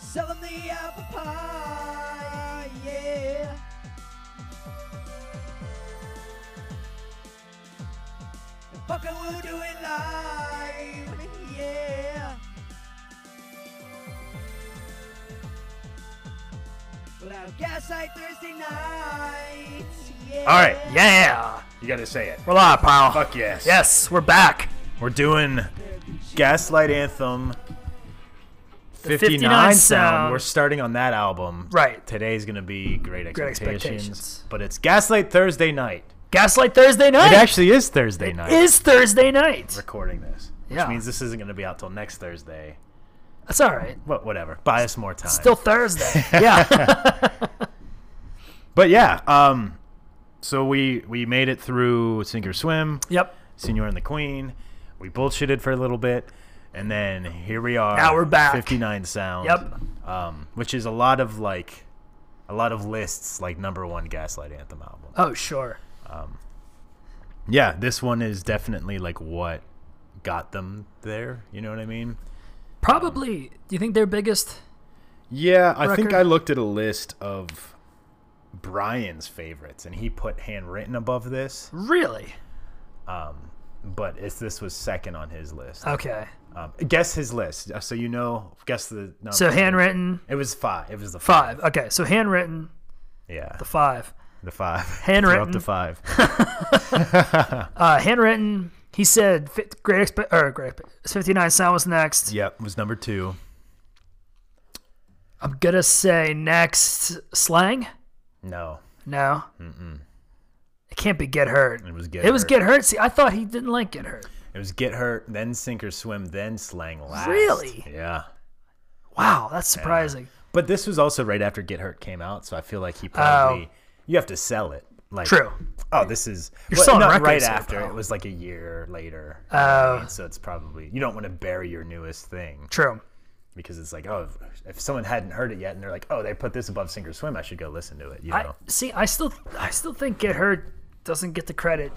Sell them the apple pie, yeah. And fucking we'll do it live, yeah. We'll have Gaslight Thursday nights, yeah. All right, yeah. You gotta say it. We're live, pal. Fuck yes. Yes, we're back. We're doing Gaslight Anthem 59, 59 sound. sound. We're starting on that album. Right. Today's gonna be Great Expectations. Expectations. But it's Gaslight Thursday night. Gaslight Thursday night. It actually is Thursday night. is Thursday night. recording this. Which Yeah. means this isn't gonna be out till next Thursday. That's all right. But whatever. Buy us more time. Still Thursday. yeah. But yeah, um so we we made it through Sink or Swim, yep. Senor and the Queen. We bullshitted for a little bit. And then here we are. Now we're back. 59 sound. Yep. Um, which is a lot of like a lot of lists like number 1 Gaslight Anthem album. Oh sure. Yeah, this one is definitely like what got them there, you know what I mean? Probably. Do you think their biggest? Yeah, I think record. I looked at a list of Brian's favorites, and he put handwritten above this, Really? but it's, this was second on his list. Okay. Um, guess his list, uh, so you know. Guess the number. So handwritten It was five. It was the five. five. Okay. So handwritten Yeah, the, the five. five. Throw up handwritten. the five. Uh, handwritten. He said fi- great expe- or great Expe- 59 sound was next. yep, was number two. I'm gonna say next slang. No, No. Mm-mm. It can't be get hurt. it was get. It was Hurt. get hurt. See, I thought he didn't like get hurt. It was get hurt, then sink or swim, then slang last. Really? Yeah. Wow, that's surprising. But this was also right after Get Hurt came out, so I feel like he probably you have to sell it. Like Oh. True. Oh, this is You're well, selling not records right here, after. pal. It was like a year later. you know what I Oh. mean? so it's probably you don't want to bury your newest thing True. because it's like oh if, if someone hadn't heard it yet and they're like oh they put this above Sink or Swim I should go listen to it. You know. I see. I still, I still think get hurt doesn't get the credit.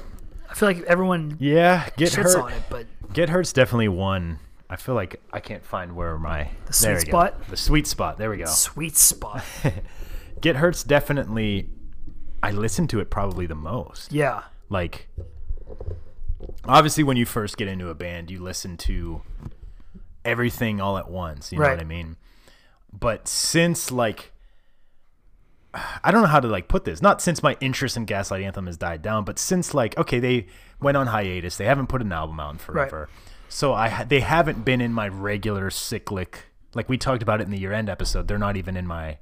I feel like everyone yeah, Get shits on it, but Get Hurt's definitely one. I feel like I can't find where my the sweet spot? The sweet spot. There we go. sweet spot. Get Hurt's definitely. I listened to it probably the most. Yeah. like obviously when you first get into a band you listen to everything all at once you know Right. what i mean but since like i don't know how to like put this not since my interest in gaslight anthem has died down but since like okay they went on hiatus they haven't put an album out in forever so i ha- they haven't been in my regular cyclic like we talked about it in the year end episode they're not even in my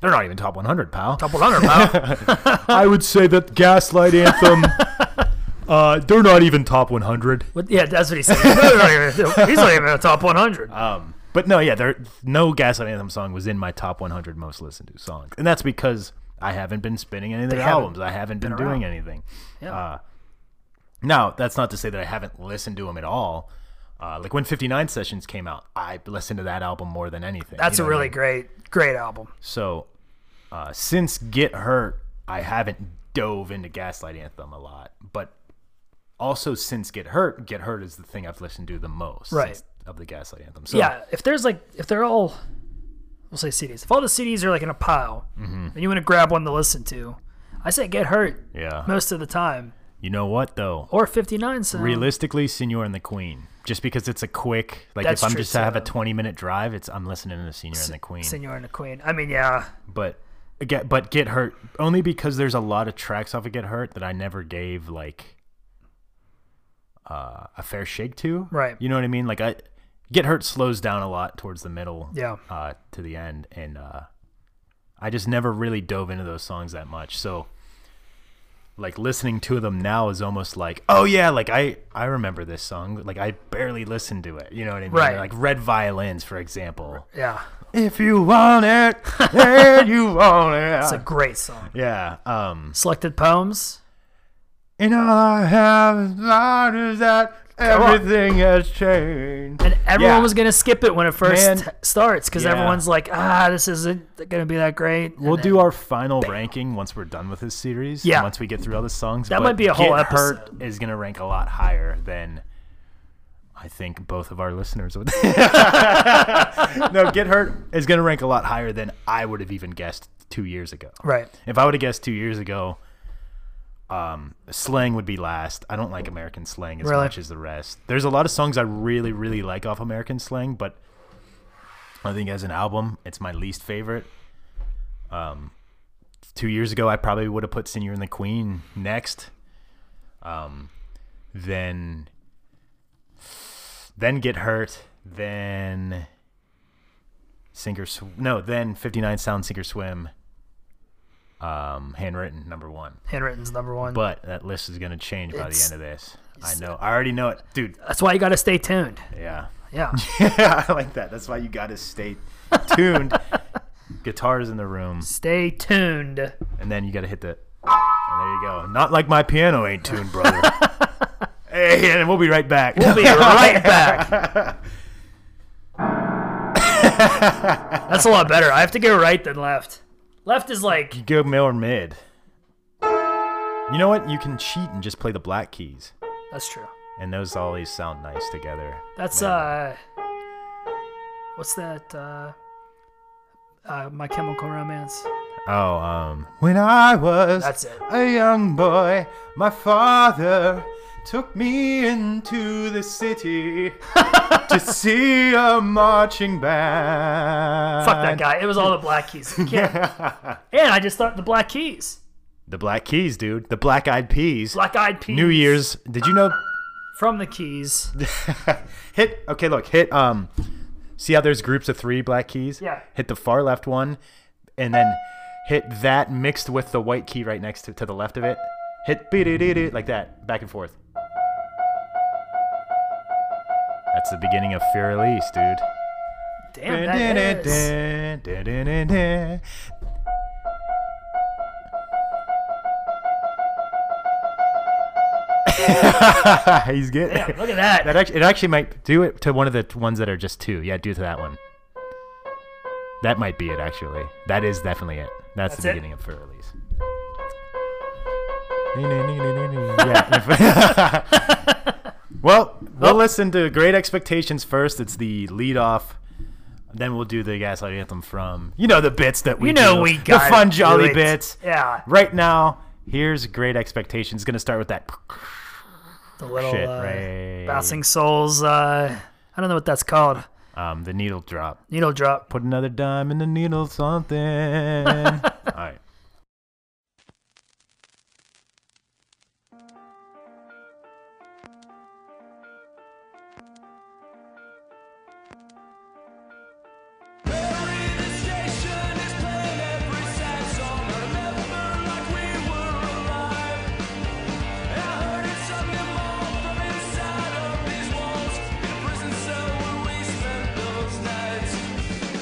they're not even top 100 pal Double under, pal. I would say that Gaslight Anthem, uh, they're not even top 100. But yeah, that's what he said. He's not even, he's not even in the top 100. Um, but no, yeah, there no Gaslight Anthem song was in my top 100 most listened to songs, and that's because I haven't been spinning any of their haven't albums. I haven't been, around. doing anything. Yeah. Uh, now, that's not to say that I haven't listened to them at all. Uh, like when 59 Sessions came out, I listened to that album more than anything. that's you a know what I really mean? great, great album. So, uh, since Get Hurt, I haven't dove into Gaslight Anthem a lot, but also since Get Hurt, Get Hurt is the thing I've listened to the most Right. since- of the Gaslight Anthem. So, yeah, if there's like if they're all we'll say CDs. If all the CDs are like in a pile Mm-hmm. and you want to grab one to listen to, I say get hurt yeah. most of the time. You know what though? Or fifty nine sound. Realistically, Senor and the Queen, just because it's a quick, like That's if I'm true, just to have a too. 20 minute drive, it's I'm listening to Senor and the Queen. Senor and the Queen. I mean, yeah. but get but get hurt only because there's a lot of tracks off of get hurt that I never gave like uh, a fair shake to. Right. You know what I mean? Like I get hurt slows down a lot towards the middle. Yeah. Uh, to the end, and uh, I just never really dove into those songs that much. So like listening to them now is almost like oh yeah like i i remember this song like i barely listened to it you know what i mean Right. like red violins for example Yeah. if you want it, then you want it. It's a great song. yeah. Um. Selected poems. And all I have is mine is that on. everything has changed. And everyone Yeah. was gonna skip it when it first Man. t- starts because Yeah. everyone's like, ah, this isn't gonna be that great. We'll And do our final ranking once we're done with this series. Yeah. Once we get through all the songs. That but might be a whole Get Hurt episode. is gonna rank a lot higher than. I think both of our listeners would. no, Get Hurt is going to rank a lot higher than I would have even guessed two years ago. Right. If I would have guessed two years ago, um, slang would be last. I don't like American slang as Really? much as the rest. There's a lot of songs I really, really like off American slang, but I think as an album, it's my least favorite. Um, two years ago, I probably would have put Senior and the Queen next. Um, then, then Get Hurt, then Sinker. Sw- no, then 59 Sound Sinker Swim. Um, handwritten number one. Handwritten's number one. But that list is gonna change by the It's- end of this. I know. I already know it, dude. That's why you got to stay tuned. Yeah, Yeah. yeah. I like that. That's why you gotta stay tuned. Guitars in the room, stay tuned. and then you gotta hit the. And there you go. Not like my piano ain't tuned, brother. hey, and we'll be right back. We'll be right back. That's a lot better. I have to go right than left. Left is like go middle or mid. You know what? You can cheat and just play the black keys, that's true. and those always sound nice together. That's Man. uh, what's that? Uh, uh, my Chemical Romance. Oh, um. When I was That's it. a young boy, my father took me into the city to see a marching band. Fuck that guy. It was all the Black Keys. You can't- and I just thought the Black Keys, The Black Keys, dude. The Black Eyed Peas. Black Eyed Peas, New Year's. Did you know? from the Keys. hit. Okay, look. Hit. Um. See how there's groups of three Black Keys. Yeah. Hit the far left one, and then hit that mixed with the white key right next to to the left of it. Hit be-de-de-de, like that, back and forth. That's the beginning of Fear Elise, dude. Damn, that is. He's getting Damn, look at that. that actually, it actually might do it to one of the t- ones that are just two. Yeah, do it to that one. That might be it actually. That is definitely it. That's, That's the it? beginning of for release. Yeah, if- well, Oh. we'll listen to Great Expectations first. It's the lead off. Then we'll do the Gaslight Anthem from you know the bits that we you know do, we the got fun jolly it. bits. Yeah, Right now, here's Great Expectations. Gonna start with that. the little Shit, uh, right. bouncing souls. Uh, I don't know what that's called. Um, the needle drop. Needle drop. Put another dime in the needle, something. All right. Those nights,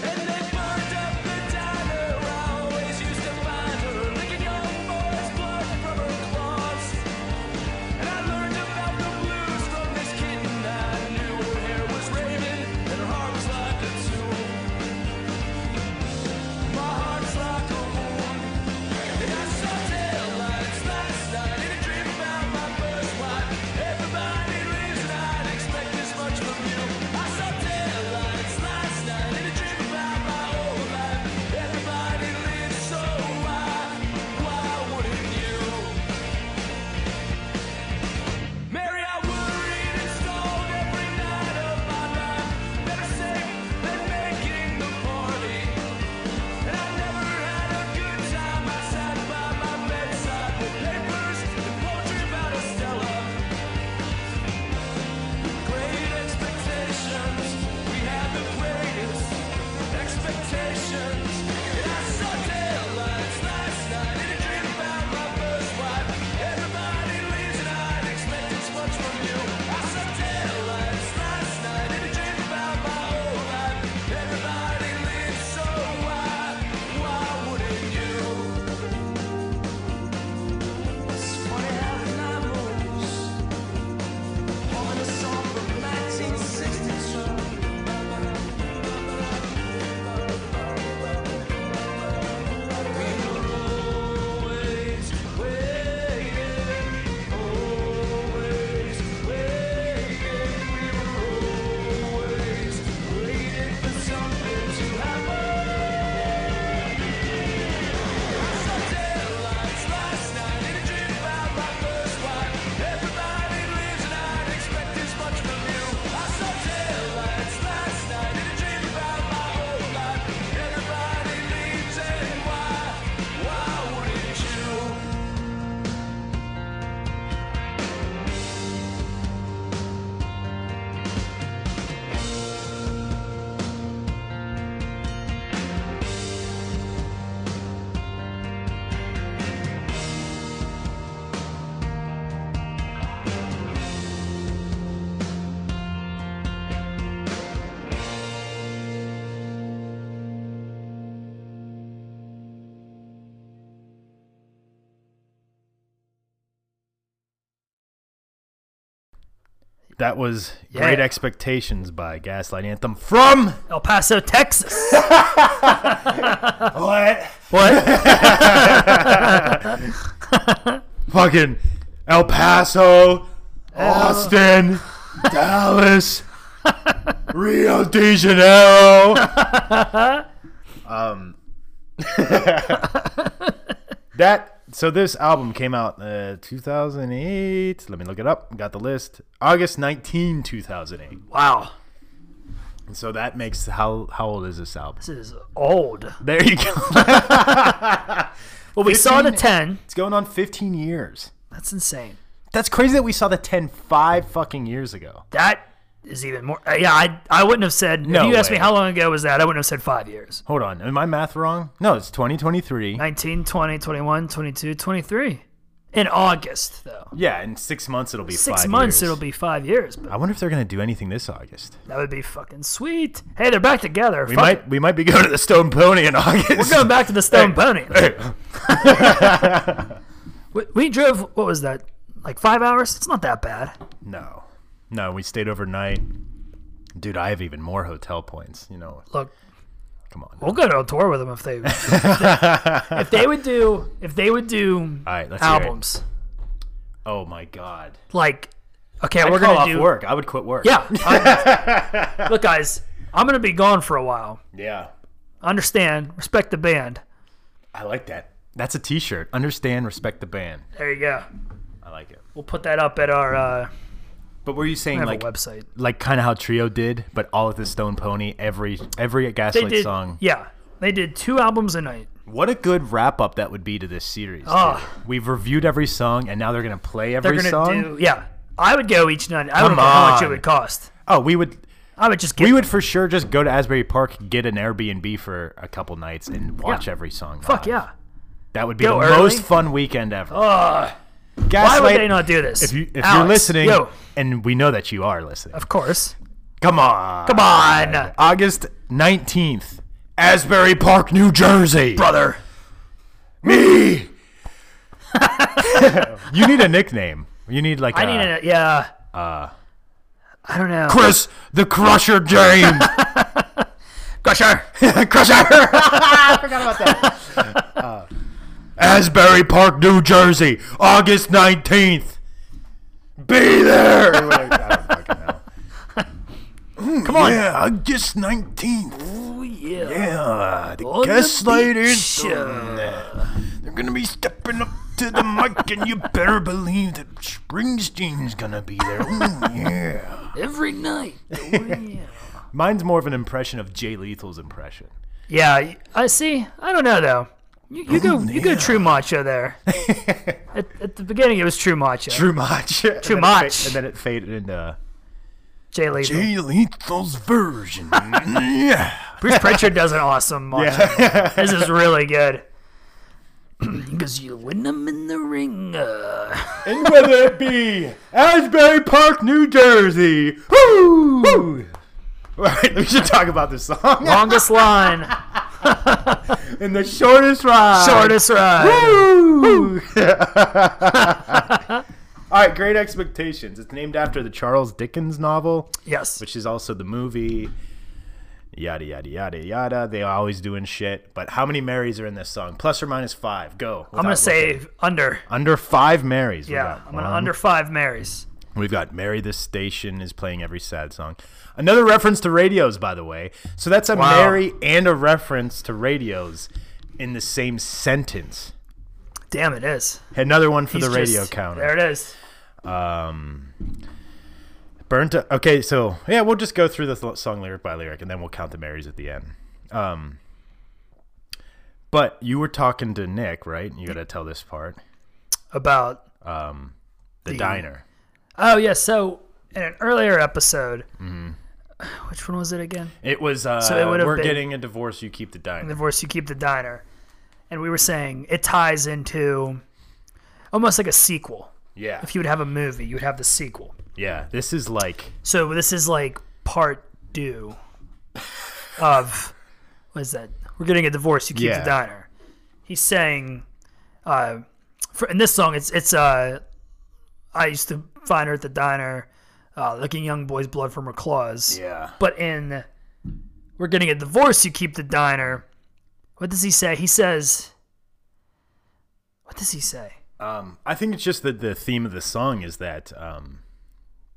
and they burned up the diner I always used to buy. That was Yeah. Great Expectations by Gaslight Anthem from El Paso, Texas. what? what? Fucking El Paso, Austin, Dallas, Rio de Janeiro. um, that so this album came out uh, 2008. Let me look it up. Got the list. August 19, 2008. Wow. And so that makes how how old is this album? This is old. There you go. Well, we saw the 15 10. it's going on 15 years. That's insane. That's crazy that we saw the 10 five fucking years ago. That is even more. uh, yeah, I, I wouldn't have said. No if you asked me way. how long ago was that, I wouldn't have said five years. Hold on. Am I math wrong? No, it's 2023. 19, 20, 21, 22, 23. In August, though. Yeah, in six months it'll be Six five months, years. it'll be five years, but I wonder if they're gonna do anything this August. that would be fucking sweet. Hey, they're back together. We Fuck might we might be going to the Stone Pony in August. We're going back to the Stone Pony. Hey, We, we drove, what was that? Like five hours? It's not that bad. no, no, we stayed overnight. Dude, I have even more hotel points. You know, Look, come on. we'll go to a tour with them if they if they, if they would do if they would do All right, let's hear it. albums Oh my God. like okay we're We're gonna gonna off do work. I would quit work. yeah I- look guys I'm gonna be gone for a while Yeah. understand respect the band I like that. That's a T-shirt. Understand, respect the band. there you go I like it. we'll put that up at our uh, But were you saying we have like a website like kind of how Trio did, but all of the Stone Pony, every every they Gaslight did song. yeah they did two albums a night What a good wrap up that would be to this series. too. Ah. We've reviewed every song, and now they're gonna play they're every gonna song. do yeah I would go each night I Come don't know how much it on. would cost Oh, we would I would just get we would for sure just go to Asbury Park, get an Airbnb for a couple nights, and watch Yeah. every song. fuck live. yeah that would be Go the early. Ah. most fun weekend ever. why Gaslight, would they not do this If you if you're Alex, listening, yo, and we know that you are listening, of course come on, come on August nineteenth, Asbury Park, New Jersey, brother. me. you need a nickname. You need like I a, need a yeah. Uh, I don't know. Chris the Crusher James. Crusher. Crusher. I forgot about that. Asbury Park, New Jersey, August nineteenth. Be there. Come on. Yeah, August nineteenth. Oh yeah. Yeah, Oh, the On the Gaslight beach, Anthem. They're gonna be stepping up to the mic, and you better believe that Springsteen's gonna be there. Ooh, yeah. Every night. Oh, yeah. Mine's more of an impression of Jay Lethal's impression. yeah. I see. I don't know though. You, you go. You go. True Macho there. at, at the beginning, it was True Macho. Too much. Too much. and then it faded into uh, Jay Lethal. Jay Lethal's version. yeah. Bruce Pritchard does an awesome Macho. this is really good. he goes, "You win 'em in the ring." uh." And whether it be Asbury Park, New Jersey. Woo! All right, we should talk about this song. Longest line, In the shortest ride. shortest ride. Woo! All right, Great Expectations. It's named after the Charles Dickens novel. Yes. which is also the movie. Yada yada yada yada. They are always doing shit. But how many Marys are in this song? Plus or minus five. Go. I'm gonna say under. under five Marys. We've Yeah, got I'm gonna one. under five Marys. We've got Mary. This station is playing every sad song. Another reference to radios, by the way. So that's a Wow. Mary and a reference to radios in the same sentence. Damn, it is. Another one for He's the radio just- counter. There it is. Um, burnt. Up. Okay, so yeah, we'll just go through this l- song lyric by lyric, and then we'll count the Marys at the end. Um, but you were talking to Nick, right? You got to tell this part. About The diner. oh yeah, so in an earlier episode, Mm-hmm. which one was it again? It was. Uh, it would've we're been- getting a divorce. You keep the The diner. voice you keep the diner, and we were saying it ties into almost like a sequel. Yeah, If you would have a movie, you would have the sequel. yeah. This is like So this is like part two of what is that? We're getting a divorce. You keep Yeah. the diner. He's saying, uh, for, in this song, it's it's uh, I used to find her at the diner. uh, Licking Young Boy's Blood from Her Claws. Yeah. But in We're Getting a Divorce, You Keep the Diner, what does he say? He says, What does he say? Um, I think it's just that the theme of the song is that um,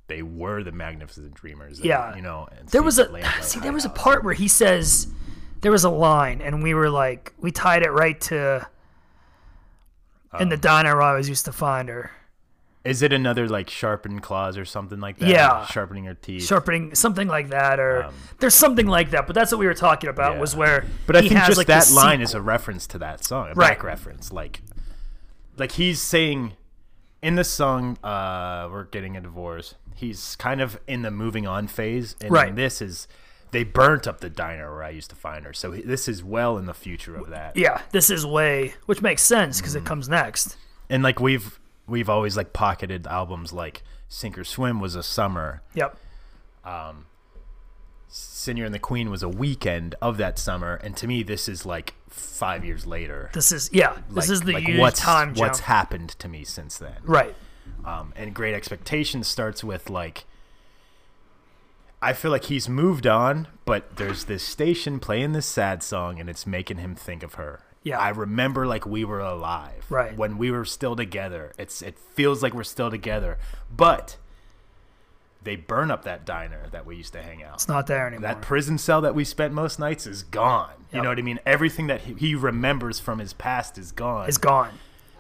they were the magnificent dreamers. and, Yeah. you know. And There seek was a the lamplight see. There was a hideout. part where he says there was a line, and we were like, we tied it right to. In Oh. the diner, where I always used to find her Is it another like sharpened claws or something like that? Yeah. sharpening your teeth. sharpening something like that, or Um, there's something like that. But that's what we were talking about. Yeah. Was where, But I he think has, just like, the that line sequel. is a reference to that song, a Right. back reference. Like, like he's saying in the song, uh, "We're getting a divorce." He's kind of in the moving on phase, and Right. this is they burnt up the diner where I used to find her. So he- this is well in the future of that. Yeah, this is way, which makes sense because Mm. it comes next. And like we've we've always like pocketed albums like "Sink or Swim" was a summer. Yep. Senior and the Queen was a weekend of that summer, and to me, this is like five years later. This is yeah. This like- is the like huge what's, time jump. What's happened to me since then? right. Um, and Great Expectations starts with like, I feel like he's moved on, but there's this station playing this sad song, and it's making him think of her. Yeah. I remember like we were alive, Right. When we were still together, it's it feels like we're still together, but they burn up that diner that we used to hang out. It's not there anymore. That prison cell that we spent most nights is gone. You Yep. know what I mean? Everything that he, he remembers from his past is gone. it's gone.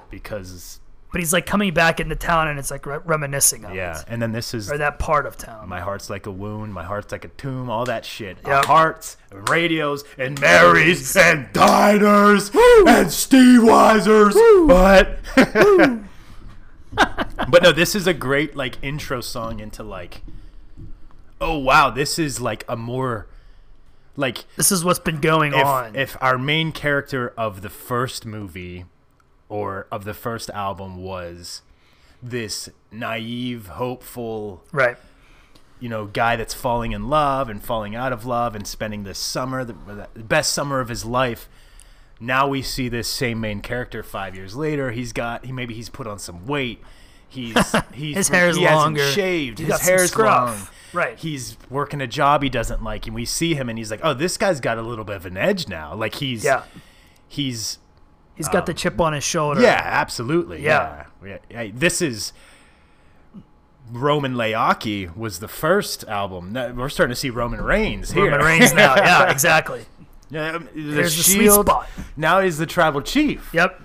because But he's like coming back into town, and it's like re- reminiscing of yeah. it, And then this is or that part of town. my heart's like a wound, my heart's like a tomb, all that shit. Yep. Hearts and radios and Marys and diners and Steve Weisers. But But no, this is a great like intro song into like Oh wow, this is like a more like This is what's been going if, on. if our main character of the first movie or of the first album was this naive, hopeful, right. you know, guy that's falling in love and falling out of love and spending this summer, the, the best summer of his life. Now we see this same main character five years later. He's got he maybe he's put on some weight. He's he's His hair is he hasn't longer. shaved. He's his got some hair's scruff. long. Right. He's working a job he doesn't like, and we see him, and he's like, "Oh, this guy's got a little bit of an edge now. Like he's Yeah. he's He's got the chip on his shoulder. yeah, absolutely. Yeah. Yeah. yeah. Hey, This is Roman Layaki was the first album. Now, We're starting to see Roman Reigns here. Roman Reigns now. Yeah, exactly. Yeah, um, the There's the sweet Shield. spot. Now he's the tribal chief. Yep.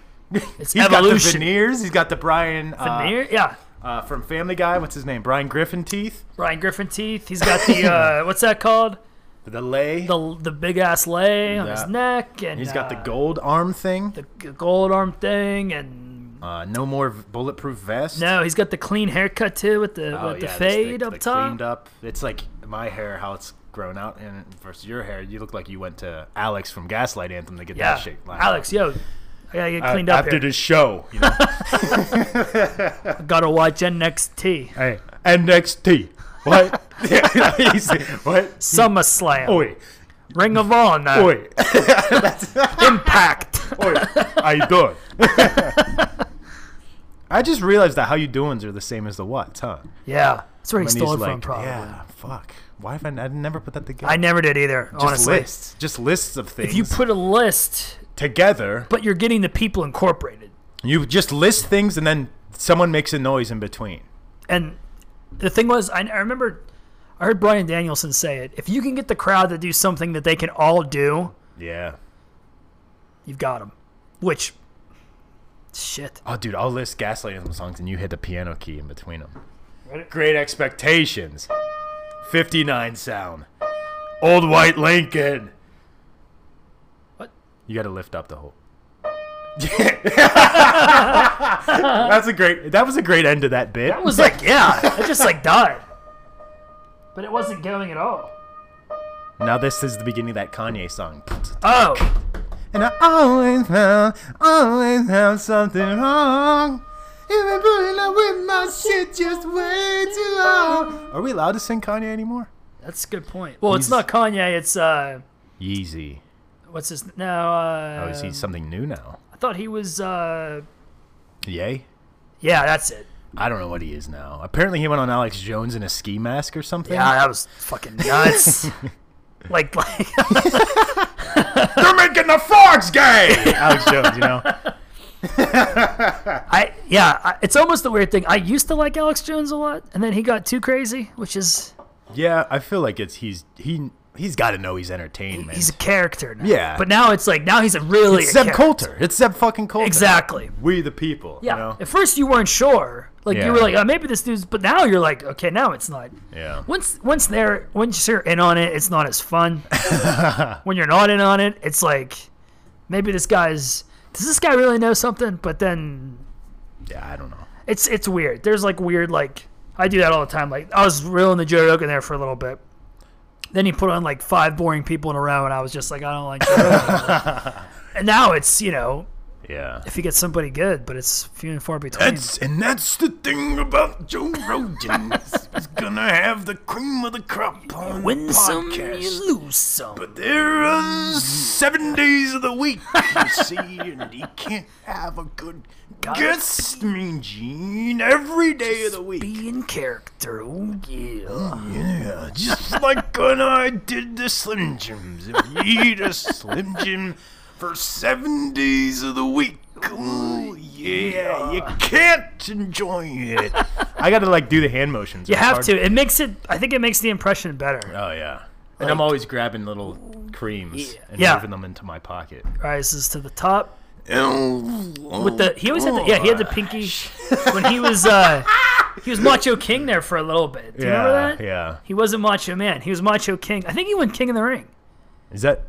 It's He's got the evolution. veneers. He's got the Brian uh, Veneer? Yeah. uh, from Family Guy. What's his name? Brian Griffin teeth. Ryan Griffin teeth. He's got the uh, what's that called? The lay. The the big ass lay on Yeah. his neck, and he's got the uh, gold arm thing. the g- gold arm thing, and uh, no more v- bulletproof vest. no, he's got the clean haircut too with the Oh, with the yeah, this- fade the, up the top. Cleaned up. It's like my hair, how it's grown out, and versus your hair, you look like you went to Alex from Gaslight Anthem to get yeah, that shit. lined Alex, yo, I gotta get up. cleaned Uh, up after here. this show. You know? Gotta watch NXT hey, NXT. What? He's- what? SummerSlam, Oi, Ring of Honor, oi, Impact. oi! How you doing? I just realized that how you doings are the same as the what's, huh? yeah, that's where he And stole it he's from. like, Probably. yeah, fuck. Why have I, I never put that together? I never did either. just honestly, lists, just lists of things if you put a list, together. but you're getting the people incorporated, You just list things and then someone makes a noise in between. and the thing was, I, I remember I heard Brian Danielson say it. If you can get the crowd to do something that they can all do, Yeah. you've got them. Which, shit. Oh, dude, I'll list Gaslight Anthem songs and you hit the piano key in between them. Ready? Great Expectations, 59 Sound, Old White Lincoln. What? You got to lift up the whole. That's a great. That was a great end to that bit. I was like, yeah, I just like died. But it wasn't going at all. now this is the beginning of that Kanye song. Oh, And I always found, always found something wrong. You've been putting up with my shit just way too long. Are we allowed to sing Kanye anymore? that's a good point. Well, it's He's- not Kanye. It's uh, Yeezy. what's his no? Uh, Oh, is he something new now? I thought he was uh, Yay? yeah, that's it. I don't know what he is now. Apparently, he went on Alex Jones in a ski mask or something. Yeah, that was fucking nuts. like, like They're making the frogs gay. Alex Jones, you know. I yeah, I, it's almost the weird thing. I used to like Alex Jones a lot, and then he got too crazy, which is Yeah, I feel like it's he's he he's got to know he's entertained, man. he's a character now. Yeah. but now it's like now he's a really it's a Zeb char- Coulter. It's Zeb fucking Coulter. Exactly. We the people. Yeah. You know? At first you weren't sure. Like you were Yeah. like, oh, maybe this dude's, but now you're like, okay, now it's not. yeah. Once once they're once you're in on it, it's not as fun. when you're not in on it, it's like maybe this guy's does this guy really know something? But then Yeah. I don't know. it's it's weird. There's like weird like I do that all the time. Like I was real into Joe Rogan there for a little bit. Then he put on like five boring people in a row, and I was just like, I don't like. Joe Rogan. and now it's you know Yeah. if you get somebody good, but it's few and far between. That's and that's the thing about Joe Rogan. He's gonna have the cream of the crop on Win the some, podcast. you lose some. But there are seven days of the week, you see, and he can't have a good guest, mean Gene, every day of the week. Be in character, oh yeah. Yeah, just like when I did the Slim Jims. If you eat a Slim Jim for seven days of the week, oh yeah, you can't enjoy it. I gotta like do the hand motions. You have to. It makes it. I think it makes the impression better. Oh yeah. And I'm always grabbing little creams and Yeah. moving them into my pocket. Rises to the top. With With the he always had Oh, the yeah he had the pinky when he was uh he was Macho King there for a little bit. Do you yeah, remember that? yeah. He wasn't Macho Man. He was Macho King. I think he won King of the Ring. Is that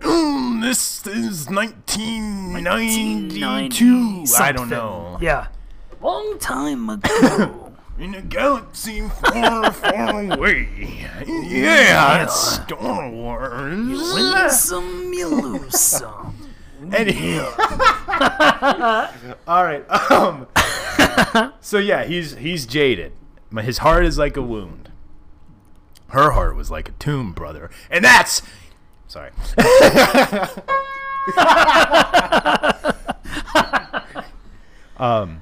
this is 1992? 1990 I don't something. know. Yeah. Long time ago. In a galaxy far, far away. Yeah, it's Star Win Wars. some, you lose some. All right. Um. so yeah, he's he's jaded. My- His heart is like a wound. Her heart was like a tomb, brother. And that's sorry. um.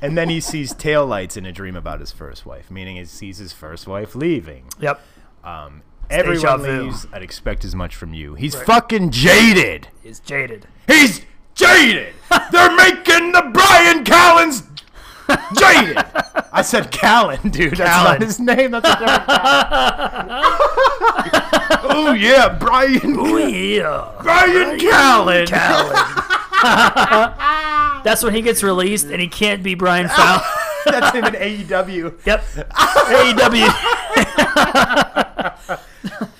And then he sees taillights in a dream about his first wife, meaning he sees his first wife leaving. Yep. Um, deja everyone vu. leaves. I'd expect as much from you. He's fucking jaded. He's jaded. He's jaded. They're making the Brian Callens jaded. I said Callen, dude. That's Callen. not his name. That's a different. Callen. oh yeah, Brian. Oh yeah. Brian Callen. Callen. That's when he gets released and he can't be Brian Fallon. That's him in E AEW. Yep. E AEW.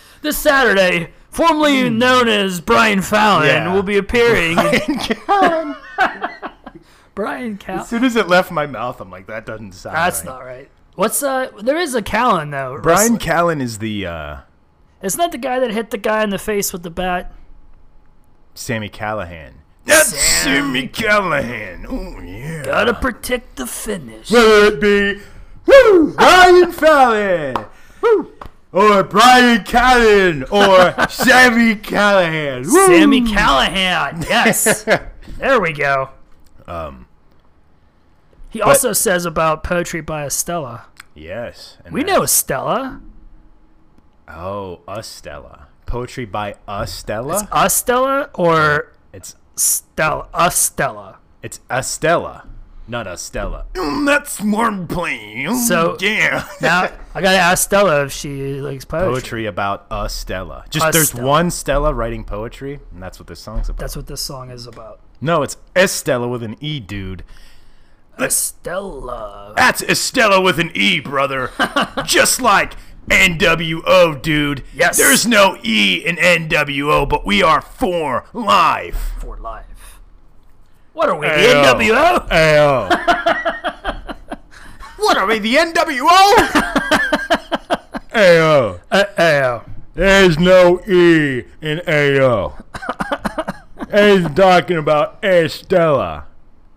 this Saturday, formerly known as Brian Fallon, Yeah. will be appearing. in- Callen. Brian Callen. As soon as it left my mouth, I'm like, that doesn't sound. That's right. not right. What's uh? There is a Callen though. Brian Callen is the uh, Isn't that the guy that hit the guy in the face with the bat? Sammy Callahan. That's Sammy Callahan. Oh yeah. Gotta protect the finish. Whether it be woo, Ryan Fallon, woo, or Brian Callen, or Sammy Callahan. Woo. Sammy Callahan. Yes. there we go. Um. He also says about poetry by Estella. Yes. and We that- know Estella. Oh, Estella. Poetry by Estella. Estella or It's Stella? Estella. it's Estella, not Estella. Mm, That's wordplay. So- yeah. Now I gotta ask Stella if she likes poetry. poetry about a Stella. Just A there's Stella. one Stella writing poetry, and that's what this song's about. That's what this song is about. no, it's Estella with an E, dude. Stella. That's Estella with an E, brother. Just like NWO, dude. Yes. There's no E in NWO, but we are for life. for life. What are we, the Hey, yo. NWO? Ayo. what are we, the NWO? Ayo. Uh, There's no E in AO. He's talking about Estella.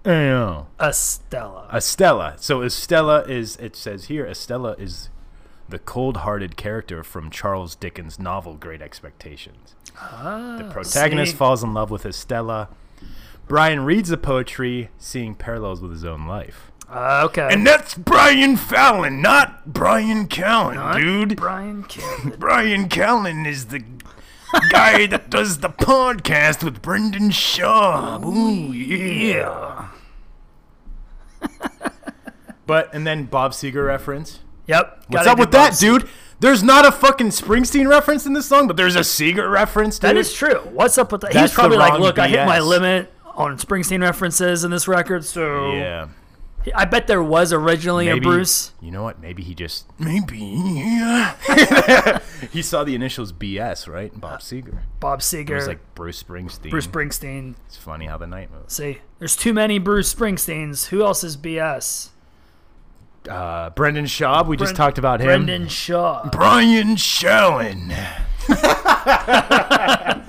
AO. oh, Stella. Estella. So Estella is, it says here, Estella is the cold hearted character from Charles Dickens' novel Great Expectations. the protagonist Ah, see. falls in love with Estella. Brian reads the poetry, seeing parallels with his own life. Uh, okay. And that's Brian Fallon, not Brian Callen, dude. Brian Kim. Brian Callen is the guy that does the podcast with Brendan Shaw. Ooh, Oh, yeah. but and then Bob Seger reference. Yep. What's gotta up do with that, Bob Se- dude? There's not a fucking Springsteen reference in this song, but there's a Seger reference, dude. That is true. What's up with that? He's That's the probably like, wrong look, I hit my BS. limit on Springsteen references in this record, so Yeah. I bet there was originally a Bruce. You know what? Maybe he just maybe yeah. he saw the initials BS, right? Bob Seger. Bob It was Seger, like er. Bruce Springsteen. Bruce Springsteen. It's funny how the night moves. See, there's too many Bruce Springsteens. Who else is BS? Uh, Brendan Schaub. We just Bren- talked about him. Brendan Shaw. Brian Shellen. I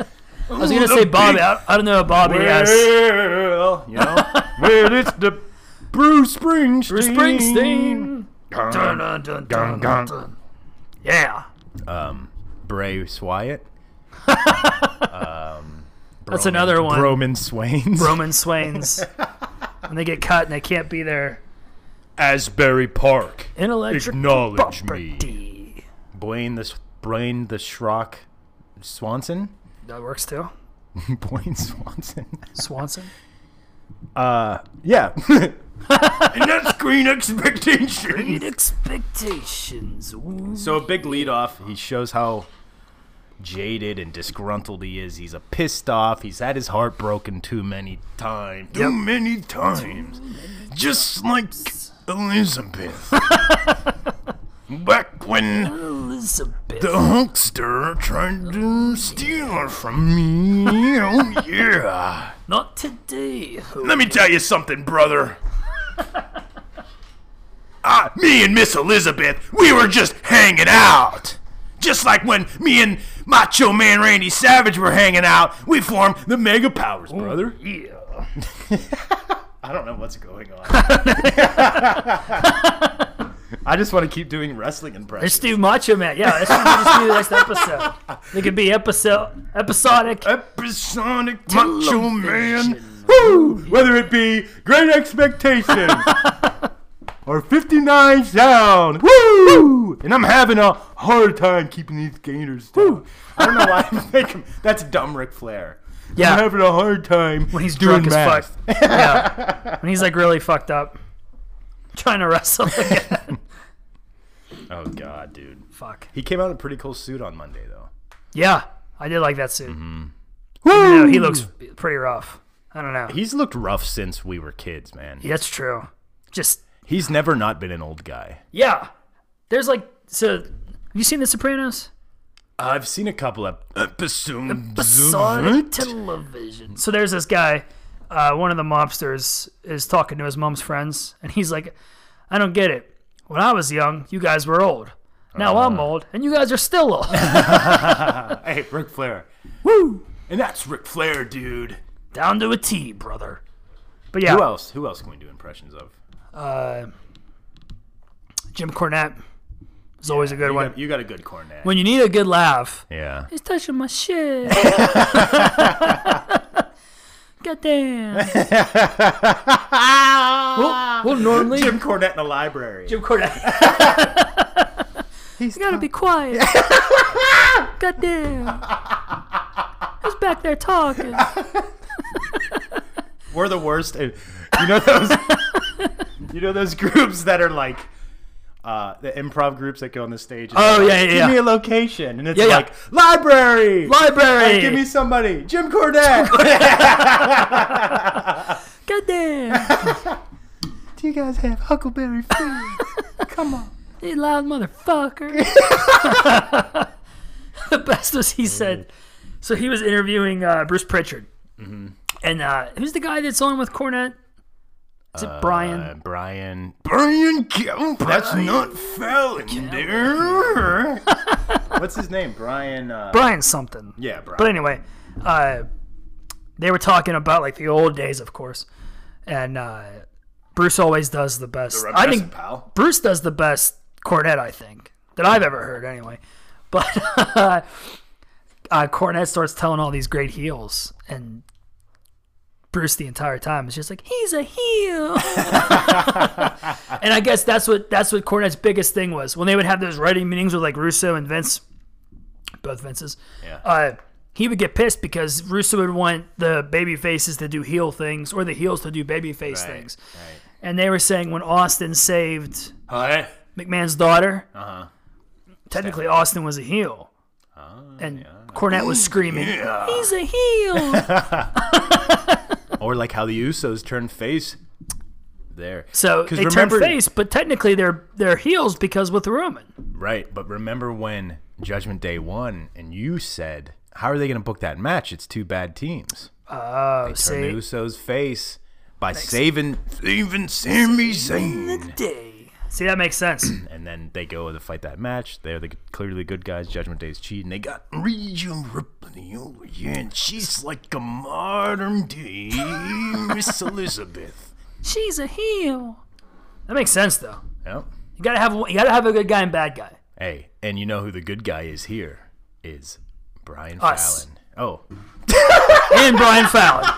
was gonna say Bobby. I, I don't know a Bobby has. Well, you know, well, it's the Bruce Springsteen. Bruce Springsteen. Dun, dun, dun, dun, Gung, gung. dun. Yeah, Um, Bray Wyatt. um, That's Broman- another one. Broman Swains. Roman Swains. when they get cut and they can't be there. Asbury Park. Intellectual Acknowledge me. property. Blaine the Blaine the Schrock Swanson. That works too. Blaine Swanson. Swanson. Uh, yeah. and that's Green Expectations. expectations. So a big lead off. He shows how jaded and disgruntled he is. He's a pissed off. He's had his heart broken too many times. Too many times. Just like Elizabeth. Back when Elizabeth. the huckster tried to steal her from me. Oh yeah. Not today. Let me tell you something, brother. Ah, me and Miss Elizabeth, we were just hanging out. Just like when me and Macho Man Randy Savage were hanging out, we formed the Mega Powers, brother. Yeah. I don't know what's going on. I just want to keep doing wrestling Let's impressions. do Macho Man. Yeah, let's just do the next episode. It could be episode episodic. Episonic Macho Man. Woo! Whether it be Great Expectations or 59 Sound. Woo! And I'm having a hard time keeping these gainers down. I don't know why I'm making that's dumb Ric Flair. I'm Yeah, having a hard time when he's doing drunk as math. fuck. Yeah, when he's like really fucked up, trying to wrestle. Again. Oh god, dude. Fuck. He came out in a pretty cool suit on Monday though. Yeah, I did like that suit. Mm-hmm. Even though he looks pretty rough. I don't know. He's looked rough since we were kids, man. That's true. Just He's never not been an old guy. yeah. There's like so. Have you seen The Sopranos? I've seen a couple of episodes. Sonic television. So there's this guy, uh, one of the mobsters is talking to his mom's friends, and he's like, I don't get it. When I was young, you guys were old. Now I'm Uh. old, and you guys are still old. Hey, Ric Flair. Woo! And that's Ric Flair, dude. Down to a T, brother. But Who yeah, else? Who else can we do impressions of? uh, Jim Cornette is always a good You one. got, you got a good cornet. when you need a good laugh, Yeah. he's touching my shit. Goddamn. Ah! we'll, we'll normally. Jim Cornette in the library. Jim Cornette. He's You gotta be quiet. Goddamn. Who's back there talking? We're the worst. at- You know those. you know those groups that are like. Uh, the improv groups that go on the stage. and Oh, they're yeah, like, yeah, Give yeah. me a location, and it's Yeah, yeah. like library, Library. Like, give me somebody, Jim Cornette. Goddamn. Do you guys have Huckleberry Finn? Come on. You loud motherfucker. the best was he said. So he was interviewing uh, Bruce Pritchard. And uh, who's the guy that's on with Cornette? Is it Brian? Uh, Brian. Brian Kemp. That's not Fallon there. What's his name? Brian. Uh, Brian something. yeah, Brian. But anyway, uh, they were talking about like the old days, of course, and uh, Bruce always does the best. I Reminiscent, think pal. Bruce does the best cornet I think that I've ever heard, anyway. But uh, uh, Cornette starts telling all these great heels, and Bruce the entire time. It's just like he's a heel, and I guess that's what that's what Cornette's biggest thing was when they would have those writing meetings with like Russo and Vince, both Vinces. Yeah. Uh, he would get pissed because Russo would want the baby faces to do heel things or the heels to do baby face Right, things, right. and they were saying when Austin saved Hi. McMahon's daughter, Uh-huh. technically Austin was a heel. and Cornette was screaming, "He's a heel!" Or like how the Usos turn face. There. so 'Cause they turned remember- face, but technically they're they're heels because with Roman. Right, but remember when Judgment Day won and you said, How are they gonna book that match? It's two bad teams. Oh, Turn the see, Usos face by saving saving Sami Zayn. day. See that makes sense. And then they go to fight that match. They're the clearly good guys. Judgment Day's cheating. They got Region Ripley over here, and she's like a modern day Miss Elizabeth. She's a heel. That makes sense though. Yep. You gotta have you gotta have a good guy and bad guy. Hey, and you know who the good guy is here is Brian Us. Fallon. Oh, And Brian Fallon.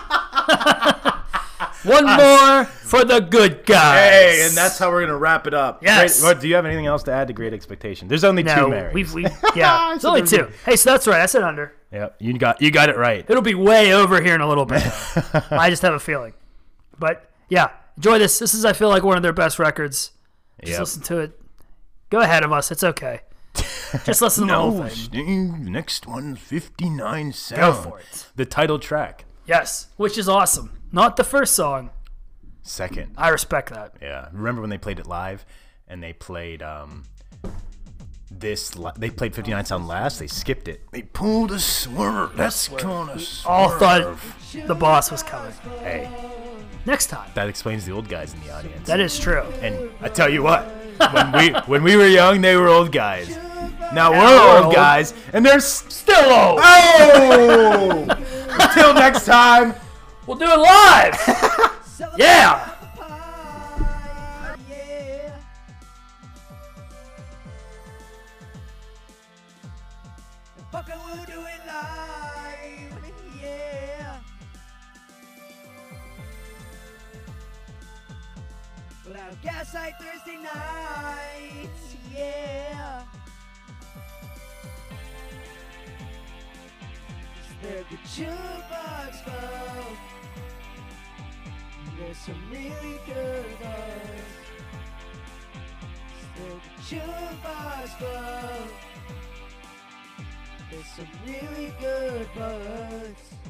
One more for the good guys. Ah. Hey, and that's how we're gonna wrap it up. Yes. Great- do you have anything else to add to Great Expectation? There's only two no, Marys. we've we yeah, it's only two. Hey, so that's right. I said under. Yep, you got you got it right. It'll be way over here in a little bit. I just have a feeling. But yeah, enjoy this. This is, I feel like, one of their best records. Just Yep. listen to it. Go ahead of us. It's okay. Just listen to the whole thing. Steve, next one, 59 Sound. for it. The title track, Yes, which is awesome. Not the first song. second. I respect that. Yeah, uh, remember when they played it live, and they played um this. Li- they played 59 Sound last. They skipped it. They pulled a swerve. That's gonna swerve. All thought the boss was coming. Hey, Next time. that explains the old guys in the audience. That is true. And I tell you what, when we when we were young, they were old guys. Now we're we're old old. guys, and they're s- Still old. oh. Until next time. We'll do it live. yeah. Pie, yeah. Fucking we'll do it live, yeah. We'll have Gaslight Thursday nights, yeah. There's the jukebox folk. There's some really good ones. Still the jukebox club. There's some really good ones.